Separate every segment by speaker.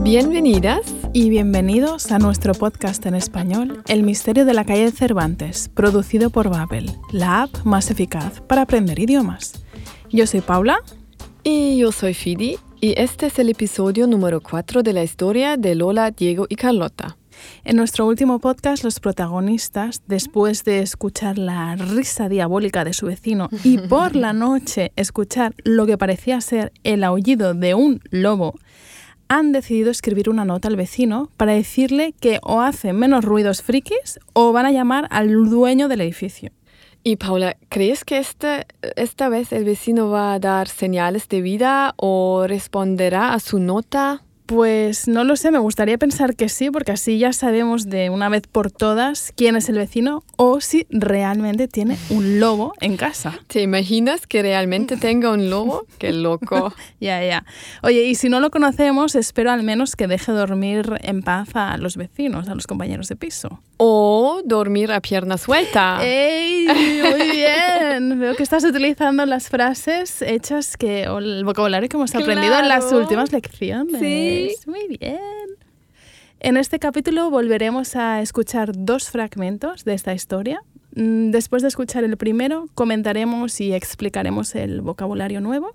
Speaker 1: Bienvenidas.
Speaker 2: Y bienvenidos a nuestro podcast en español, El misterio de la calle de Cervantes, producido por Babel, la app más eficaz para aprender idiomas. Yo soy Paula.
Speaker 1: Y yo soy Fidi, y este es el episodio número 4 de la historia de Lola, Diego y Carlota.
Speaker 2: En nuestro último podcast, los protagonistas, después de escuchar la risa diabólica de su vecino y por la noche escuchar lo que parecía ser el aullido de un lobo, han decidido escribir una nota al vecino para decirle que o hace menos ruidos frikis o van a llamar al dueño del edificio.
Speaker 1: Y Paula, ¿crees que este, esta vez el vecino va a dar señales de vida o responderá a su nota?
Speaker 2: Pues no lo sé, me gustaría pensar que sí, porque así ya sabemos de una vez por todas quién es el vecino o si realmente tiene un lobo en casa.
Speaker 1: ¿Te imaginas que realmente tenga un lobo? ¡Qué loco!
Speaker 2: Ya, ya. Oye, y si no lo conocemos, espero al menos que deje dormir en paz a los vecinos, a los compañeros de piso.
Speaker 1: O dormir a pierna suelta.
Speaker 2: Eh. ¡Ey! Muy bien. Veo que estás utilizando las frases hechas que, o el vocabulario que hemos aprendido en las
Speaker 1: Claro.
Speaker 2: últimas lecciones.
Speaker 1: Sí.
Speaker 2: Muy bien. En este capítulo volveremos a escuchar dos fragmentos de esta historia. Mm, Después de escuchar el primero, comentaremos y explicaremos el vocabulario nuevo.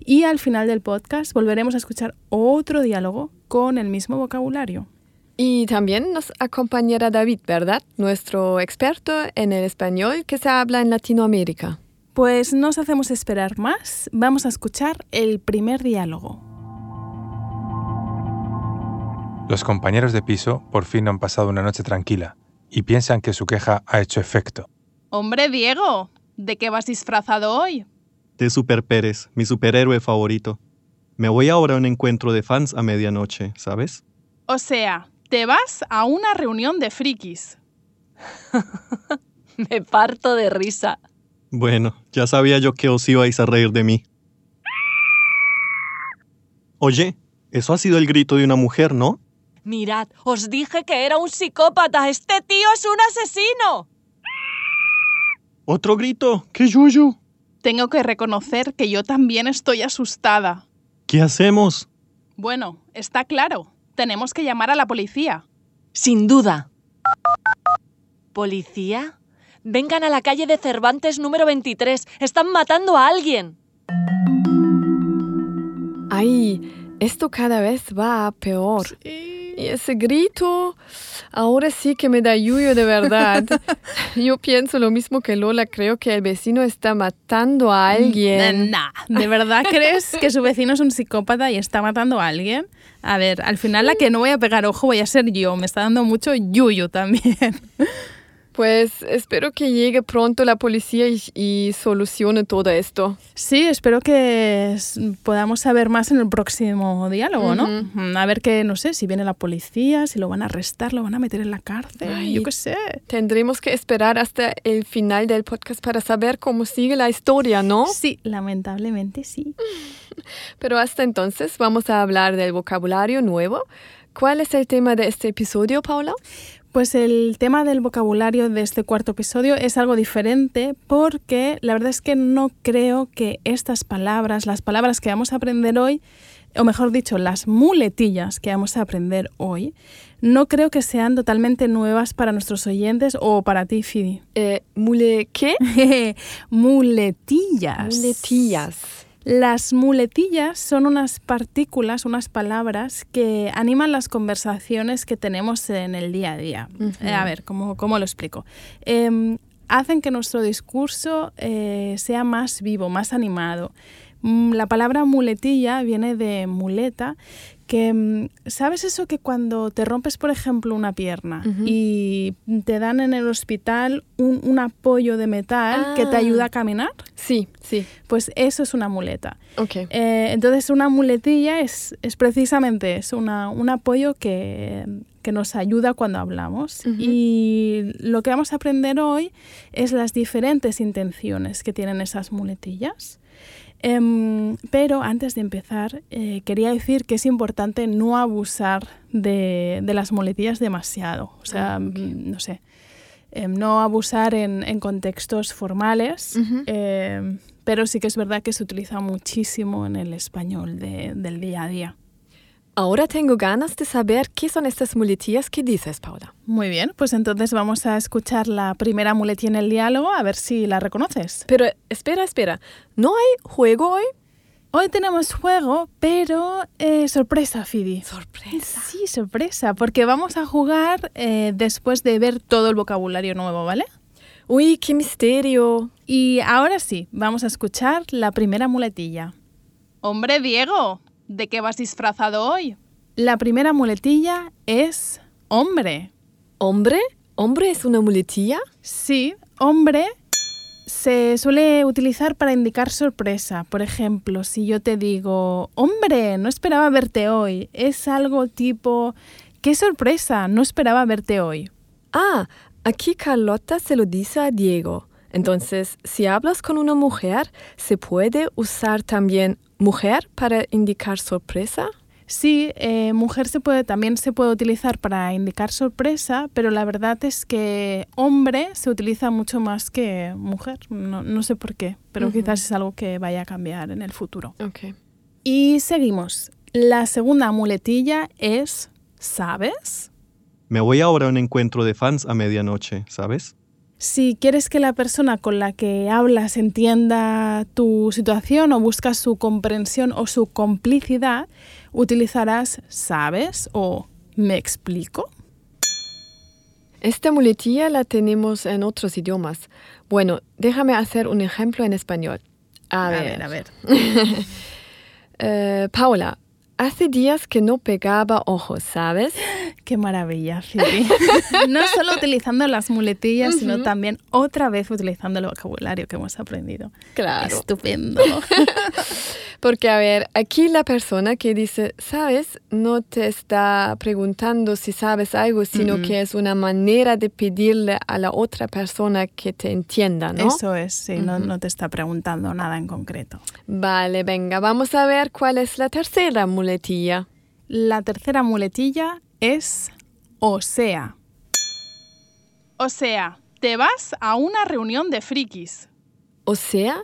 Speaker 2: Y al final del podcast volveremos a escuchar otro diálogo con el mismo vocabulario.
Speaker 1: Y también nos acompañará David, ¿verdad? Nuestro experto en el español que se habla en Latinoamérica.
Speaker 2: Pues no os hacemos esperar más, vamos a escuchar el primer diálogo.
Speaker 3: Los compañeros de piso por fin han pasado una noche tranquila y piensan que su queja ha hecho efecto.
Speaker 2: Hombre, Diego, ¿de qué vas disfrazado hoy?
Speaker 4: de Super Pérez, mi superhéroe favorito. Me voy ahora a un encuentro de fans a medianoche, ¿sabes?
Speaker 2: O sea, te vas a una reunión de frikis.
Speaker 5: Me parto de risa.
Speaker 4: Bueno, ya sabía yo que os ibais a reír de mí. Oye, eso ha sido el grito de una mujer, ¿no?
Speaker 5: Mirad, os dije que era un psicópata. Este tío es un asesino.
Speaker 4: ¡Otro grito! ¡Qué yuyu!
Speaker 2: Tengo que reconocer que yo también estoy asustada.
Speaker 4: ¿Qué hacemos?
Speaker 2: Bueno, está claro. Tenemos que llamar a la policía.
Speaker 5: Sin duda. ¿Policía? Vengan a la calle de Cervantes número 23. Están matando a alguien.
Speaker 1: Ay, esto cada vez va a peor. Y ese grito, ahora sí que me da yuyo de verdad. Yo pienso lo mismo que Lola, creo que el vecino está matando a alguien.
Speaker 2: Nah, ¿de verdad crees que su vecino es un psicópata y está matando a alguien? A ver, al final la que no voy a pegar ojo voy a ser yo. Me está dando mucho yuyu también.
Speaker 1: Pues espero que llegue pronto la policía y, y solucione todo esto.
Speaker 2: Sí, espero que s- podamos saber más en el próximo diálogo, ¿no? Mm, A ver que, no sé, si viene la policía, si lo van a arrestar, lo van a meter en la cárcel,
Speaker 1: Ay.
Speaker 2: yo qué sé.
Speaker 1: Tendremos que esperar hasta el final del podcast para saber cómo sigue la historia, ¿no?
Speaker 2: Sí, lamentablemente sí.
Speaker 1: Pero hasta entonces vamos a hablar del vocabulario nuevo. ¿Cuál es el tema de este episodio, Paula?
Speaker 2: Pues el tema del vocabulario de este cuarto episodio es algo diferente porque la verdad es que no creo que estas palabras, las palabras que vamos a aprender hoy, o mejor dicho, las muletillas que vamos a aprender hoy, no creo que sean totalmente nuevas para nuestros oyentes o para ti, Fidi.
Speaker 1: Eh, mule, ¿qué?
Speaker 2: muletillas.
Speaker 1: Muletillas.
Speaker 2: Las muletillas son unas partículas, unas palabras que animan las conversaciones que tenemos en el día a día. Eh, a ver, ¿cómo, cómo lo explico? Em, hacen que nuestro discurso eh, sea más vivo, más animado. Mm, La palabra muletilla viene de muleta, que mm, sabes eso que cuando te rompes, por ejemplo, una pierna
Speaker 1: Ujú.
Speaker 2: y te dan en el hospital un, un apoyo de metal que te
Speaker 1: Ah.
Speaker 2: ayuda a caminar,
Speaker 1: Sí, sí.
Speaker 2: pues eso es una muleta.
Speaker 1: Ok.
Speaker 2: Eh, entonces una muletilla es, es precisamente eso, una- un apoyo que, que nos ayuda cuando hablamos.
Speaker 1: Ujú.
Speaker 2: Y lo que vamos a aprender hoy es las diferentes intenciones que tienen esas muletillas. Em, pero antes de empezar, eh, quería decir que es importante no abusar de, de las muletillas demasiado. O sea,
Speaker 1: Ah, ok.
Speaker 2: mm, no sé, em, no abusar en, en contextos formales.
Speaker 1: Ujú.
Speaker 2: Eh, pero sí que es verdad que se utiliza muchísimo en el español de- del día a día.
Speaker 1: Ahora tengo ganas de saber qué son estas muletillas que dices, Paula.
Speaker 2: Muy bien, pues entonces vamos a escuchar la primera muletilla en el diálogo a ver si la reconoces.
Speaker 1: Pero espera, espera. ¿No hay juego hoy?
Speaker 2: Hoy tenemos juego, pero eh, sorpresa, Fidi.
Speaker 1: Sorpresa.
Speaker 2: Sí, sorpresa, porque vamos a jugar eh, después de ver todo el vocabulario nuevo, ¿vale?
Speaker 1: Uy, qué misterio.
Speaker 2: Y ahora sí, vamos a escuchar la primera muletilla.
Speaker 6: Hombre Diego, ¿de qué vas disfrazado hoy?
Speaker 2: La primera muletilla es hombre.
Speaker 1: ¿Hombre? ¿Hombre es una muletilla?
Speaker 2: Sí, hombre se suele utilizar para indicar sorpresa. Por ejemplo, si yo te digo, hombre, no esperaba verte hoy, es algo tipo, qué sorpresa, no esperaba verte hoy.
Speaker 1: Ah, aquí Carlota se lo dice a Diego. Entonces, si hablas con una mujer, ¿se puede usar también mujer para indicar sorpresa?
Speaker 2: Sí, eh, mujer se puede, también se puede utilizar para indicar sorpresa, pero la verdad es que hombre se utiliza mucho más que mujer. No, no sé por qué, pero
Speaker 1: Ujú.
Speaker 2: quizás es algo que vaya a cambiar en el futuro.
Speaker 1: Ok.
Speaker 2: Y seguimos. La segunda muletilla es ¿sabes?
Speaker 4: Me voy ahora a un encuentro de fans a medianoche, ¿sabes?
Speaker 2: Si quieres que la persona con la que hablas entienda tu situación o buscas su comprensión o su complicidad, utilizarás ¿sabes? o ¿me explico?
Speaker 1: Esta muletilla la tenemos en otros idiomas. Bueno, déjame hacer un ejemplo en español. A, ver,
Speaker 2: a ver.
Speaker 1: Eh, Paula, hace días que no pegaba ojos, ¿sabes?
Speaker 2: Qué maravilla, Phoebe. no solo utilizando las muletillas, sino también otra vez utilizando el vocabulario que hemos aprendido.
Speaker 1: Claro.
Speaker 2: Estupendo.
Speaker 1: Porque, a ver, aquí la persona que dice, ¿sabes? No te está preguntando si sabes algo, sino que es una manera de pedirle a la otra persona que te entienda, ¿no?
Speaker 2: Eso es, sí, no, no te está preguntando nada en concreto.
Speaker 1: Vale, venga, vamos a ver cuál es la tercera muletilla.
Speaker 2: La tercera muletilla es o sea.
Speaker 6: O sea, te vas a una reunión de frikis.
Speaker 1: O sea,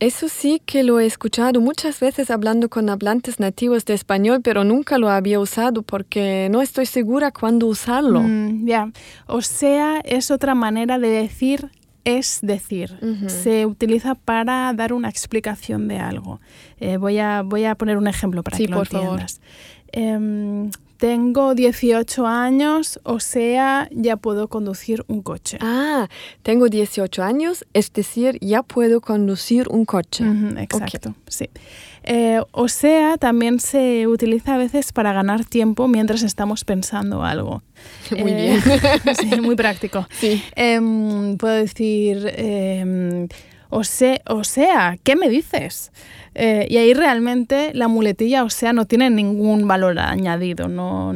Speaker 1: eso sí que lo he escuchado muchas veces hablando con hablantes nativos de español, pero nunca lo había usado porque no estoy segura cuándo usarlo.
Speaker 2: Mm, ya. O sea, es otra manera de decir es decir.
Speaker 1: Ujú.
Speaker 2: Se utiliza para dar una explicación de algo. Eh, voy, a, voy a poner un ejemplo para
Speaker 1: Sí,
Speaker 2: que lo
Speaker 1: por favor.
Speaker 2: entiendas. Em, tengo 18 años, o sea, ya puedo conducir un coche.
Speaker 1: Ah, tengo 18 años, es decir, ya puedo conducir un coche.
Speaker 2: Ujú, exacto, sí. Eh, o sea, también se utiliza a veces para ganar tiempo mientras estamos pensando algo.
Speaker 1: Muy
Speaker 2: Eh,
Speaker 1: bien.
Speaker 2: sí, muy práctico.
Speaker 1: Sí.
Speaker 2: Em, puedo decir, em, o, se- o sea, ¿qué me dices? Eh, y ahí realmente la muletilla, o sea, no tiene ningún valor añadido, no,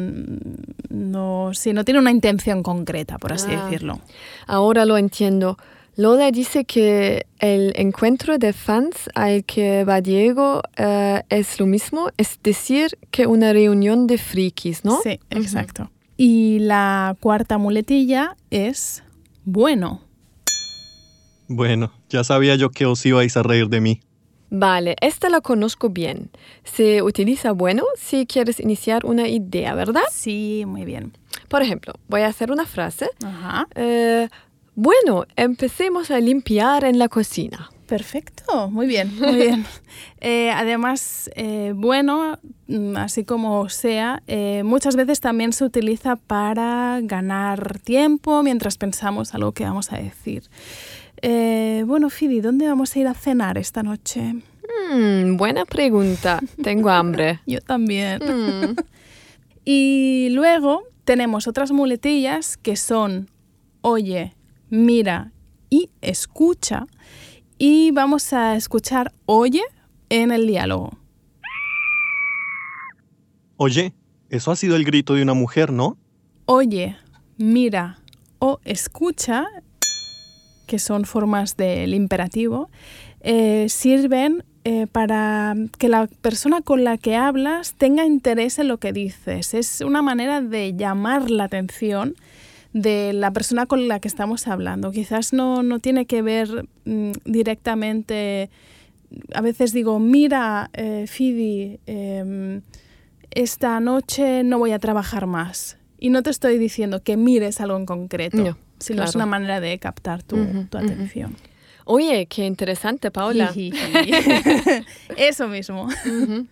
Speaker 2: no, sí, no tiene una intención concreta, por así
Speaker 1: Ah.
Speaker 2: decirlo.
Speaker 1: Ahora lo entiendo. Lola dice que el encuentro de fans al que va Diego eh, es lo mismo, es decir, que una reunión de frikis, ¿no?
Speaker 2: Sí, exacto. Y la cuarta muletilla es bueno.
Speaker 4: Bueno, ya sabía yo que os ibais a reír de mí.
Speaker 1: Vale, esta la conozco bien. Se utiliza bueno si quieres iniciar una idea, ¿verdad?
Speaker 2: Sí, muy bien.
Speaker 1: Por ejemplo, voy a hacer una frase.
Speaker 2: Ajá.
Speaker 1: Eh, bueno, empecemos a limpiar en la cocina.
Speaker 2: Perfecto, muy bien, muy bien. Eh, además, eh, bueno, mm, así como sea, eh, muchas veces también se utiliza para ganar tiempo mientras pensamos algo que vamos a decir. Eh, bueno, Fidi, ¿dónde vamos a ir a cenar esta noche?
Speaker 1: Hmm, buena pregunta. Tengo hambre.
Speaker 2: Yo también.
Speaker 1: Hmm.
Speaker 2: Y luego tenemos otras muletillas que son oye, mira y escucha. Y vamos a escuchar oye en el diálogo.
Speaker 4: Oye, eso ha sido el grito de una mujer, ¿no?
Speaker 2: Oye, mira o escucha, que son formas del imperativo, eh, sirven eh, para que la persona con la que hablas tenga interés en lo que dices. Es una manera de llamar la atención de la persona con la que estamos hablando. Quizás no, no tiene que ver mm, directamente. A veces digo, mira, eh, Fidi, em, esta noche no voy a trabajar más. Y no te estoy diciendo que mires algo en concreto,
Speaker 1: No,
Speaker 2: sino
Speaker 1: claro.
Speaker 2: es una manera de captar tu,
Speaker 1: Ujú,
Speaker 2: tu
Speaker 1: ujú.
Speaker 2: atención.
Speaker 1: Oye, qué interesante, Paula.
Speaker 2: Eso mismo.
Speaker 1: Ujú.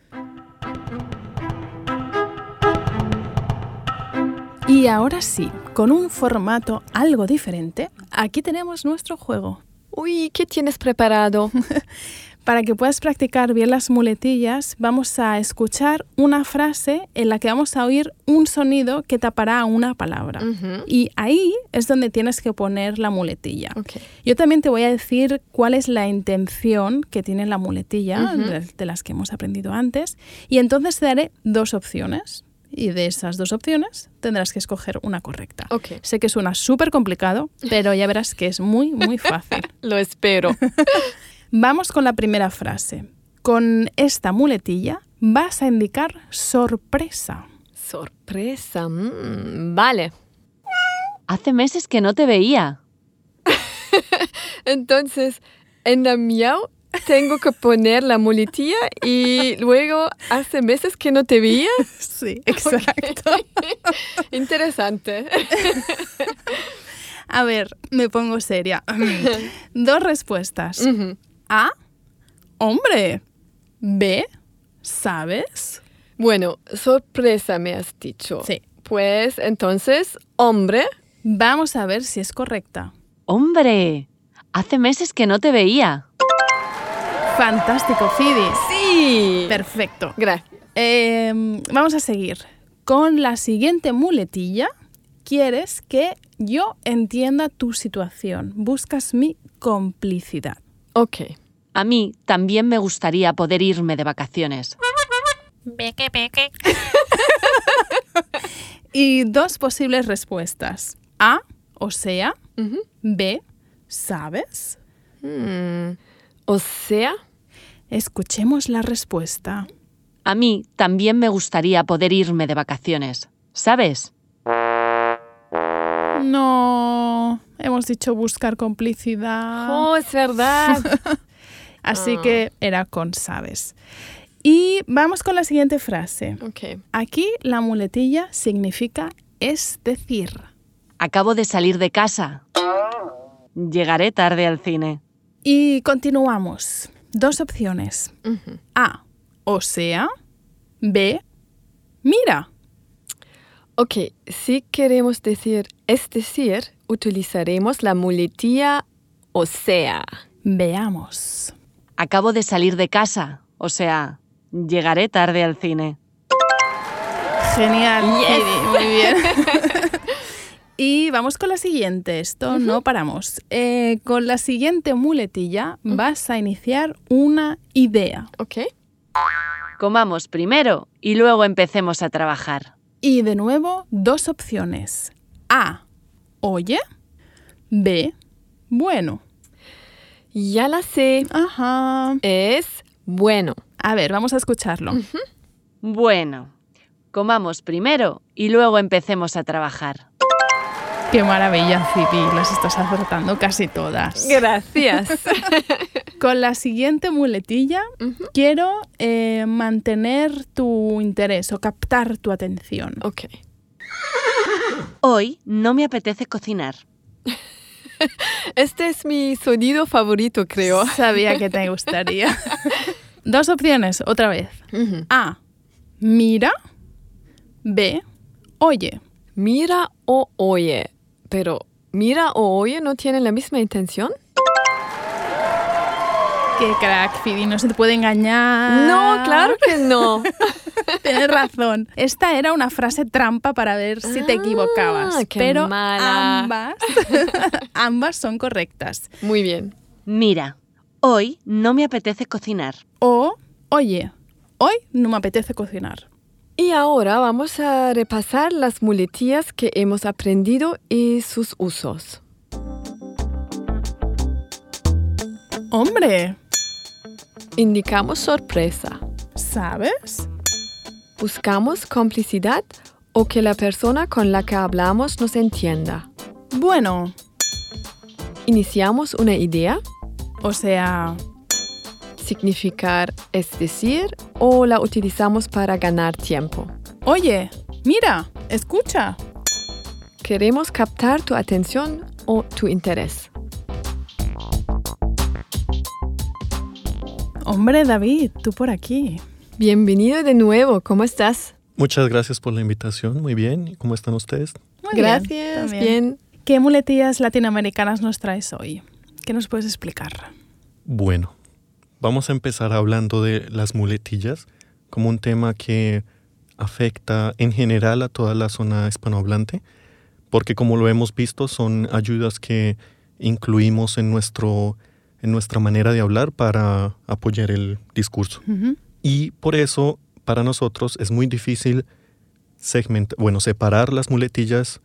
Speaker 2: Y ahora sí, con un formato algo diferente, aquí tenemos nuestro juego.
Speaker 1: Uy, ¿qué tienes preparado?
Speaker 2: Para que puedas practicar bien las muletillas, vamos a escuchar una frase en la que vamos a oír un sonido que tapará a una palabra.
Speaker 1: Ujú.
Speaker 2: Y ahí es donde tienes que poner la muletilla.
Speaker 1: Ok.
Speaker 2: Yo también te voy a decir cuál es la intención que tiene la muletilla,
Speaker 1: Ujú.
Speaker 2: de, de las que hemos aprendido antes, y entonces te daré dos opciones. Y de esas dos opciones tendrás que escoger una correcta.
Speaker 1: Ok.
Speaker 2: Sé que suena súper complicado, pero ya verás que es muy, muy fácil.
Speaker 1: Lo espero.
Speaker 2: Vamos con la primera frase. Con esta muletilla vas a indicar sorpresa.
Speaker 1: Sorpresa. mm, vale.
Speaker 5: Hace meses que no te veía.
Speaker 1: Entonces, en la miau tengo que poner la muletilla y luego hace meses que no te veía.
Speaker 2: Sí, exacto.
Speaker 1: Interesante.
Speaker 2: A ver, me pongo seria. Dos respuestas.
Speaker 1: Ujú.
Speaker 2: A. Hombre. B. ¿Sabes?
Speaker 1: Bueno, sorpresa me has dicho.
Speaker 2: Sí.
Speaker 1: Pues entonces, hombre,
Speaker 2: Vamos a ver si es correcta.
Speaker 5: ¡Hombre! Hace meses que no te veía.
Speaker 2: Fantástico, Phoebe.
Speaker 1: sí.
Speaker 2: Perfecto.
Speaker 1: Gracias.
Speaker 2: Eh, vamos a seguir. Con la siguiente muletilla, quieres que yo entienda tu situación. Buscas mi complicidad.
Speaker 1: Ok.
Speaker 5: A mí también me gustaría poder irme de vacaciones.
Speaker 2: Y dos posibles respuestas. A, o sea.
Speaker 1: Ujú.
Speaker 2: B, ¿sabes?
Speaker 1: Mm, O sea,
Speaker 2: Escuchemos la respuesta.
Speaker 5: A mí también me gustaría poder irme de vacaciones. ¿Sabes?
Speaker 2: No, hemos dicho buscar complicidad.
Speaker 1: oh, es verdad.
Speaker 2: Así
Speaker 1: Ah.
Speaker 2: que era con sabes. Y vamos con la siguiente frase.
Speaker 1: ok.
Speaker 2: Aquí la muletilla significa es decir.
Speaker 5: Acabo de salir de casa. Llegaré tarde al cine.
Speaker 2: Y continuamos. Dos opciones.
Speaker 1: Ujú.
Speaker 2: A, o sea. B, mira.
Speaker 1: Ok, si queremos decir, es decir, utilizaremos la muletilla o sea.
Speaker 2: Veamos.
Speaker 5: Acabo de salir de casa. O sea, llegaré tarde al cine.
Speaker 2: Genial. Heidi, muy bien. y vamos con la siguiente. Esto no paramos. Eh, con la siguiente muletilla vas a iniciar una idea.
Speaker 1: Ok.
Speaker 5: Comamos primero y luego empecemos a trabajar.
Speaker 2: Y de nuevo, dos opciones. A. Oye. B. Bueno.
Speaker 1: Ya la sé.
Speaker 2: Ajá.
Speaker 1: Es bueno.
Speaker 2: A ver, vamos a escucharlo.
Speaker 5: Bueno, comamos primero y luego empecemos a trabajar.
Speaker 2: Qué maravilla, Phoebe. Las estás acertando casi todas.
Speaker 1: Gracias.
Speaker 2: Con la siguiente muletilla
Speaker 1: Ujú.
Speaker 2: quiero eh, mantener tu interés o captar tu atención.
Speaker 1: ok.
Speaker 5: Hoy no me apetece cocinar.
Speaker 1: Este es mi sonido favorito, creo.
Speaker 2: Sabía que te gustaría. Dos opciones, otra vez.
Speaker 1: Ujú.
Speaker 2: A. Mira. B. Oye.
Speaker 1: Mira o oye. Pero, ¿mira o oye no tienen la misma intención?
Speaker 2: Qué crack, Fidi, no se te puede engañar.
Speaker 1: No, claro que no.
Speaker 2: Tienes razón. Esta era una frase trampa para ver si te
Speaker 1: Ah,
Speaker 2: equivocabas.
Speaker 1: qué
Speaker 2: pero
Speaker 1: mala.
Speaker 2: ambas, ambas son correctas.
Speaker 1: Muy bien.
Speaker 5: Mira, hoy no me apetece cocinar.
Speaker 2: O, oye, hoy no me apetece cocinar.
Speaker 1: Y ahora vamos a repasar las muletillas que hemos aprendido y sus usos.
Speaker 2: Hombre,
Speaker 1: Indicamos sorpresa.
Speaker 2: ¿sabes?
Speaker 1: Buscamos complicidad o que la persona con la que hablamos nos entienda.
Speaker 2: Bueno,
Speaker 1: Iniciamos una idea.
Speaker 2: o sea,
Speaker 1: significar es decir o la utilizamos para ganar tiempo.
Speaker 2: Oye, mira, escucha.
Speaker 1: Queremos captar tu atención o tu interés.
Speaker 2: Hombre, David, tú por aquí.
Speaker 1: Bienvenido de nuevo, ¿cómo estás?
Speaker 4: Muchas gracias por la invitación. Muy bien. ¿Y ¿Cómo están ustedes?
Speaker 2: Muy bien,
Speaker 1: Gracias,
Speaker 2: también.
Speaker 1: bien.
Speaker 2: ¿Qué muletillas latinoamericanas nos traes hoy? ¿Qué nos puedes explicar?
Speaker 4: Bueno, vamos a empezar hablando de las muletillas como un tema que afecta en general a toda la zona hispanohablante, porque como lo hemos visto son ayudas que incluimos en, nuestro, en nuestra manera de hablar para apoyar el discurso.
Speaker 2: Ujú.
Speaker 4: Y por eso, para nosotros es muy difícil segmentar, bueno, separar las muletillas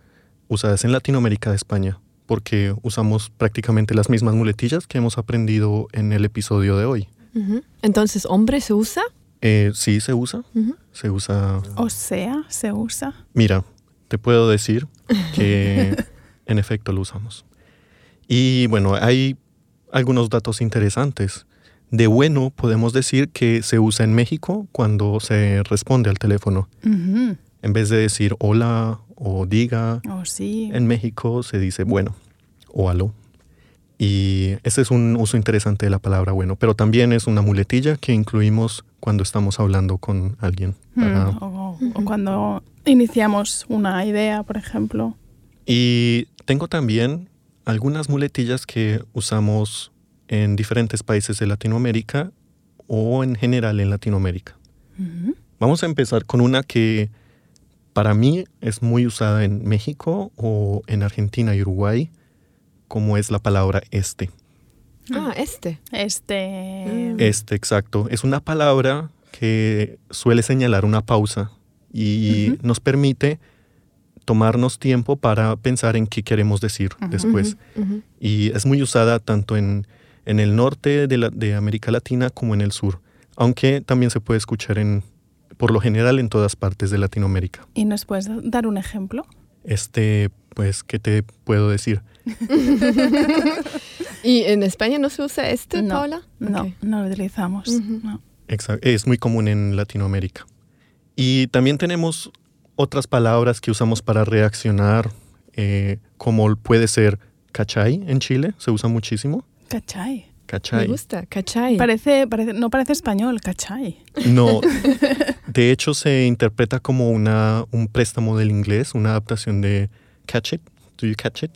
Speaker 4: usadas en Latinoamérica de España, porque usamos prácticamente las mismas muletillas que hemos aprendido en el episodio de hoy.
Speaker 1: Ujú. Entonces, ¿hombre se usa?
Speaker 4: Eh, sí se usa,
Speaker 1: Ujú.
Speaker 4: se usa...
Speaker 2: O sea, se usa.
Speaker 4: Mira, te puedo decir que en efecto lo usamos. Y bueno, hay algunos datos interesantes. De bueno, podemos decir que se usa en México cuando se responde al teléfono.
Speaker 2: Ujú.
Speaker 4: En vez de decir hola o diga,
Speaker 2: O sí.
Speaker 4: en México se dice bueno o aló. Y ese es un uso interesante de la palabra bueno, pero también es una muletilla que incluimos cuando estamos hablando con alguien.
Speaker 2: Mm,
Speaker 4: para-
Speaker 2: o- o cuando iniciamos una idea, por ejemplo.
Speaker 4: Y tengo también algunas muletillas que usamos en diferentes países de Latinoamérica o en general en Latinoamérica.
Speaker 2: Ujú.
Speaker 4: Vamos a empezar con una que para mí es muy usada en México o en Argentina y Uruguay, como es la palabra este.
Speaker 1: Ah, este.
Speaker 2: Este.
Speaker 4: Este, exacto. Es una palabra que suele señalar una pausa y nos permite tomarnos tiempo para pensar en qué queremos decir después.
Speaker 1: Ujú.
Speaker 4: y es muy usada tanto en, en el norte de, la- de América Latina como en el sur, aunque también se puede escuchar en, por lo general en todas partes de Latinoamérica.
Speaker 2: ¿Y nos puedes dar un ejemplo?
Speaker 4: Este, pues, ¿qué te puedo decir?
Speaker 1: ¿Y en España no se usa este,
Speaker 2: No,
Speaker 1: Paula?
Speaker 2: No,
Speaker 1: Ok.
Speaker 2: no lo utilizamos.
Speaker 1: Ujú.
Speaker 2: no.
Speaker 4: Exa- Es muy común en Latinoamérica. Y también tenemos otras palabras que usamos para reaccionar, eh, como puede ser cachai en Chile, se usa muchísimo.
Speaker 2: Cachai.
Speaker 1: Me
Speaker 4: Cachai.
Speaker 1: gusta, ¿cachai?
Speaker 2: Parece, parece, no parece español, cachai.
Speaker 4: No, de hecho se interpreta como una, un préstamo del inglés, una adaptación de catch it, do you catch it?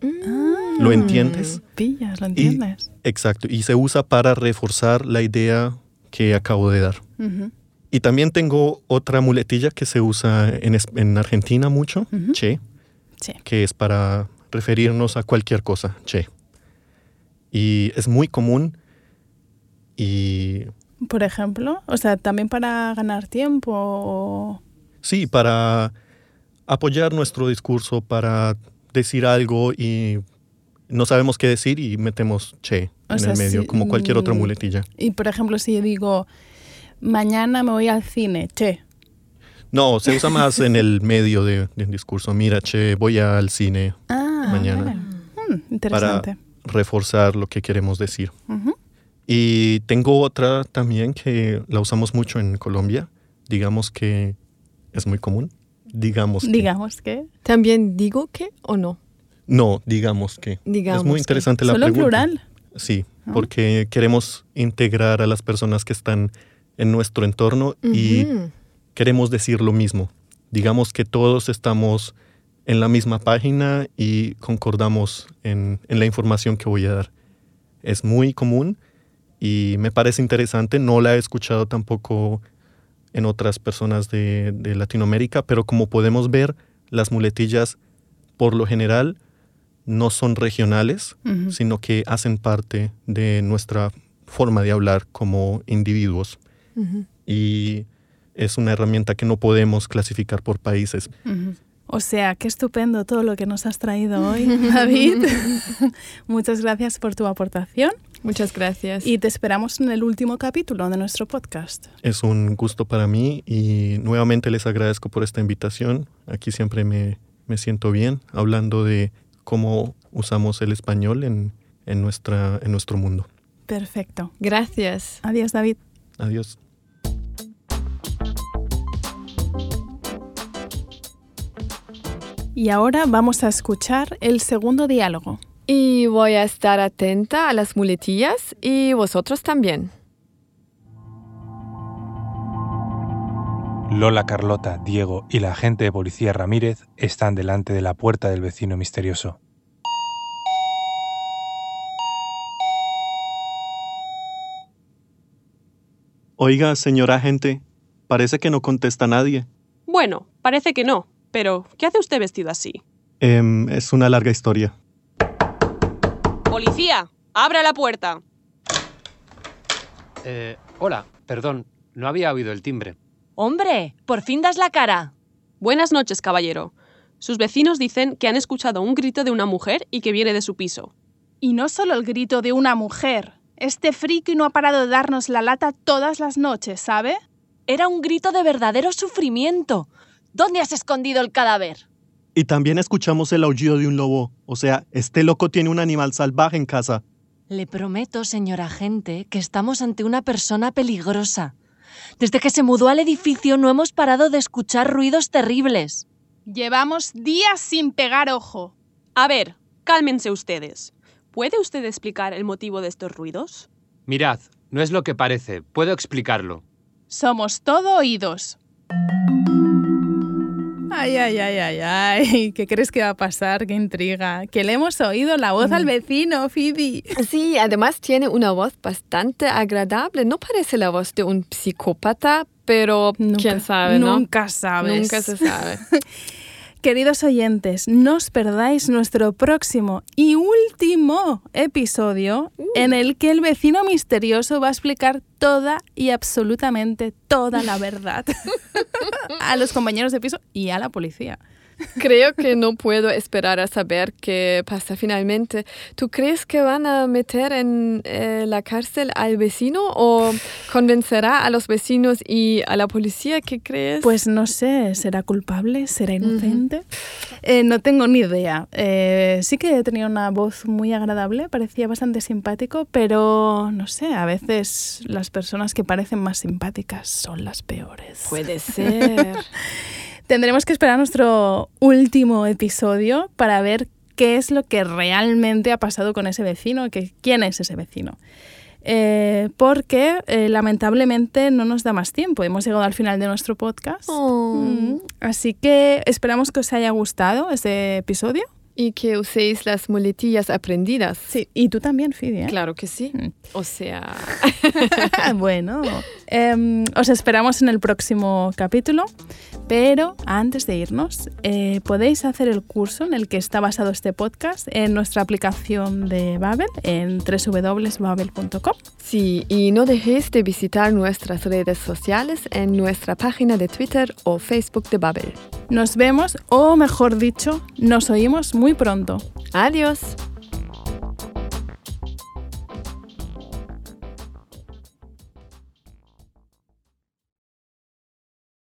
Speaker 4: ¿Lo entiendes?
Speaker 2: Pillas, ¿lo
Speaker 4: Y-
Speaker 2: entiendes?
Speaker 4: Exacto, y se usa para reforzar la idea que acabo de dar.
Speaker 2: Ujú.
Speaker 4: Y también tengo otra muletilla que se usa en, es- en Argentina mucho,
Speaker 2: Ujú.
Speaker 4: che,
Speaker 2: Che.
Speaker 4: que es para referirnos a cualquier cosa, che. Y es muy común y
Speaker 2: Por ejemplo, o sea, también para ganar tiempo o...
Speaker 4: Sí, para apoyar nuestro discurso, para decir algo y no sabemos qué decir y metemos che
Speaker 2: O
Speaker 4: en
Speaker 2: sea,
Speaker 4: el medio,
Speaker 2: sí,
Speaker 4: como cualquier otra
Speaker 2: mm.
Speaker 4: muletilla.
Speaker 2: Y por ejemplo, si digo, mañana me voy al cine, che.
Speaker 4: No, se usa más en el medio de, del discurso. Mira, che, voy al cine
Speaker 2: Ah, vale.
Speaker 4: mañana
Speaker 2: Mm,
Speaker 4: para
Speaker 2: interesante.
Speaker 4: reforzar lo que queremos decir.
Speaker 2: Ujú.
Speaker 4: Y tengo otra también que la usamos mucho en Colombia. Digamos que es muy común. Digamos que.
Speaker 2: Digamos que...
Speaker 1: ¿También digo que o no?
Speaker 4: No, digamos que.
Speaker 1: Digamos
Speaker 4: es muy
Speaker 1: que.
Speaker 4: interesante la
Speaker 2: Solo en
Speaker 4: pregunta.
Speaker 2: plural.
Speaker 4: Sí, porque queremos integrar a las personas que están en nuestro entorno y
Speaker 1: Ujú.
Speaker 4: queremos decir lo mismo. Digamos que todos estamos en la misma página y concordamos en, en la información que voy a dar. Es muy común y me parece interesante. No la he escuchado tampoco en otras personas de, de Latinoamérica, pero como podemos ver, las muletillas por lo general no son regionales,
Speaker 2: Ujú.
Speaker 4: sino que hacen parte de nuestra forma de hablar como individuos.
Speaker 1: Ujú.
Speaker 4: Y es una herramienta que no podemos clasificar por países.
Speaker 2: Ujú. O sea, qué estupendo todo lo que nos has traído hoy, David. Muchas gracias por tu aportación
Speaker 1: Muchas gracias.
Speaker 2: y te esperamos en el último capítulo de nuestro podcast.
Speaker 4: Es un gusto para mí y nuevamente les agradezco por esta invitación. Aquí siempre me, me siento bien hablando de cómo usamos el español en, en, nuestra, en nuestro mundo.
Speaker 2: Perfecto.
Speaker 1: Gracias.
Speaker 2: Adiós, David.
Speaker 4: Adiós.
Speaker 2: Y ahora vamos a escuchar el segundo diálogo.
Speaker 1: Y voy a estar atenta a las muletillas y vosotros también.
Speaker 3: Lola, Carlota, Diego y la agente de policía Ramírez están delante de la puerta del vecino misterioso.
Speaker 4: Oiga, señora agente, parece que no contesta nadie.
Speaker 7: Bueno, parece que no, pero ¿qué hace usted vestido así?
Speaker 4: Em, es una larga historia.
Speaker 7: ¡Policía! ¡Abra la puerta!
Speaker 8: Eh, hola, perdón, no había oído el timbre.
Speaker 5: Hombre, por fin das la cara.
Speaker 7: Buenas noches, caballero. Sus vecinos dicen que han escuchado un grito de una mujer y que viene de su piso.
Speaker 6: Y no solo el grito de una mujer. Este friki no ha parado de darnos la lata todas las noches, ¿sabe?
Speaker 5: Era un grito de verdadero sufrimiento. ¿Dónde has escondido el cadáver?
Speaker 4: Y también escuchamos el aullido de un lobo. O sea, este loco tiene un animal salvaje en casa.
Speaker 5: Le prometo, señor agente, que estamos ante una persona peligrosa. Desde que se mudó al edificio no hemos parado de escuchar ruidos terribles.
Speaker 6: Llevamos días sin pegar ojo.
Speaker 7: A ver, cálmense ustedes. ¿Puede usted explicar el motivo de estos ruidos?
Speaker 8: Mirad, no es lo que parece, puedo explicarlo.
Speaker 6: Somos todo oídos.
Speaker 2: Ay, ay, ay, ay, ay. ¿Qué crees que va a pasar? Qué intriga. Que le hemos oído la voz
Speaker 6: Mm.
Speaker 2: al vecino, Phoebe.
Speaker 1: Sí, además tiene una voz bastante agradable. No parece la voz de un psicópata, pero quién sabe, ¿no?
Speaker 2: Nunca sabes.
Speaker 1: Nunca se sabe.
Speaker 2: Queridos oyentes, no os perdáis nuestro próximo y último episodio en el que el vecino misterioso va a explicar toda y absolutamente toda la verdad a los compañeros de piso y a la policía.
Speaker 1: Creo que no puedo esperar a saber qué pasa finalmente. ¿Tú crees que van a meter en eh, la cárcel al vecino o convencerá a los vecinos y a la policía? ¿Qué crees?
Speaker 2: Pues no sé, ¿será culpable? ¿Será inocente? Eh, no tengo ni idea. Eh, sí que tenía una voz muy agradable, parecía bastante simpático, pero no sé, a veces las personas que parecen más simpáticas son las peores.
Speaker 1: puede ser.
Speaker 2: Tendremos que esperar nuestro último episodio para ver qué es lo que realmente ha pasado con ese vecino, que, quién es ese vecino. Eh, porque eh, lamentablemente no nos da más tiempo, hemos llegado al final de nuestro podcast.
Speaker 1: Oh.
Speaker 2: Mm, Así que esperamos que os haya gustado este episodio.
Speaker 1: Y que uséis las muletillas aprendidas.
Speaker 2: Sí. Y tú también, Phoebe. ¿eh?
Speaker 1: Claro que sí. O sea,
Speaker 2: bueno, em, os esperamos en el próximo capítulo, pero antes de irnos, eh, podéis hacer el curso en el que está basado este podcast en nuestra aplicación de Babel, en www.babel.com.
Speaker 1: sí, y no dejéis de visitar nuestras redes sociales en nuestra página de Twitter o Facebook de Babel.
Speaker 2: Nos vemos, o mejor dicho, nos oímos muy pronto.
Speaker 1: Adiós.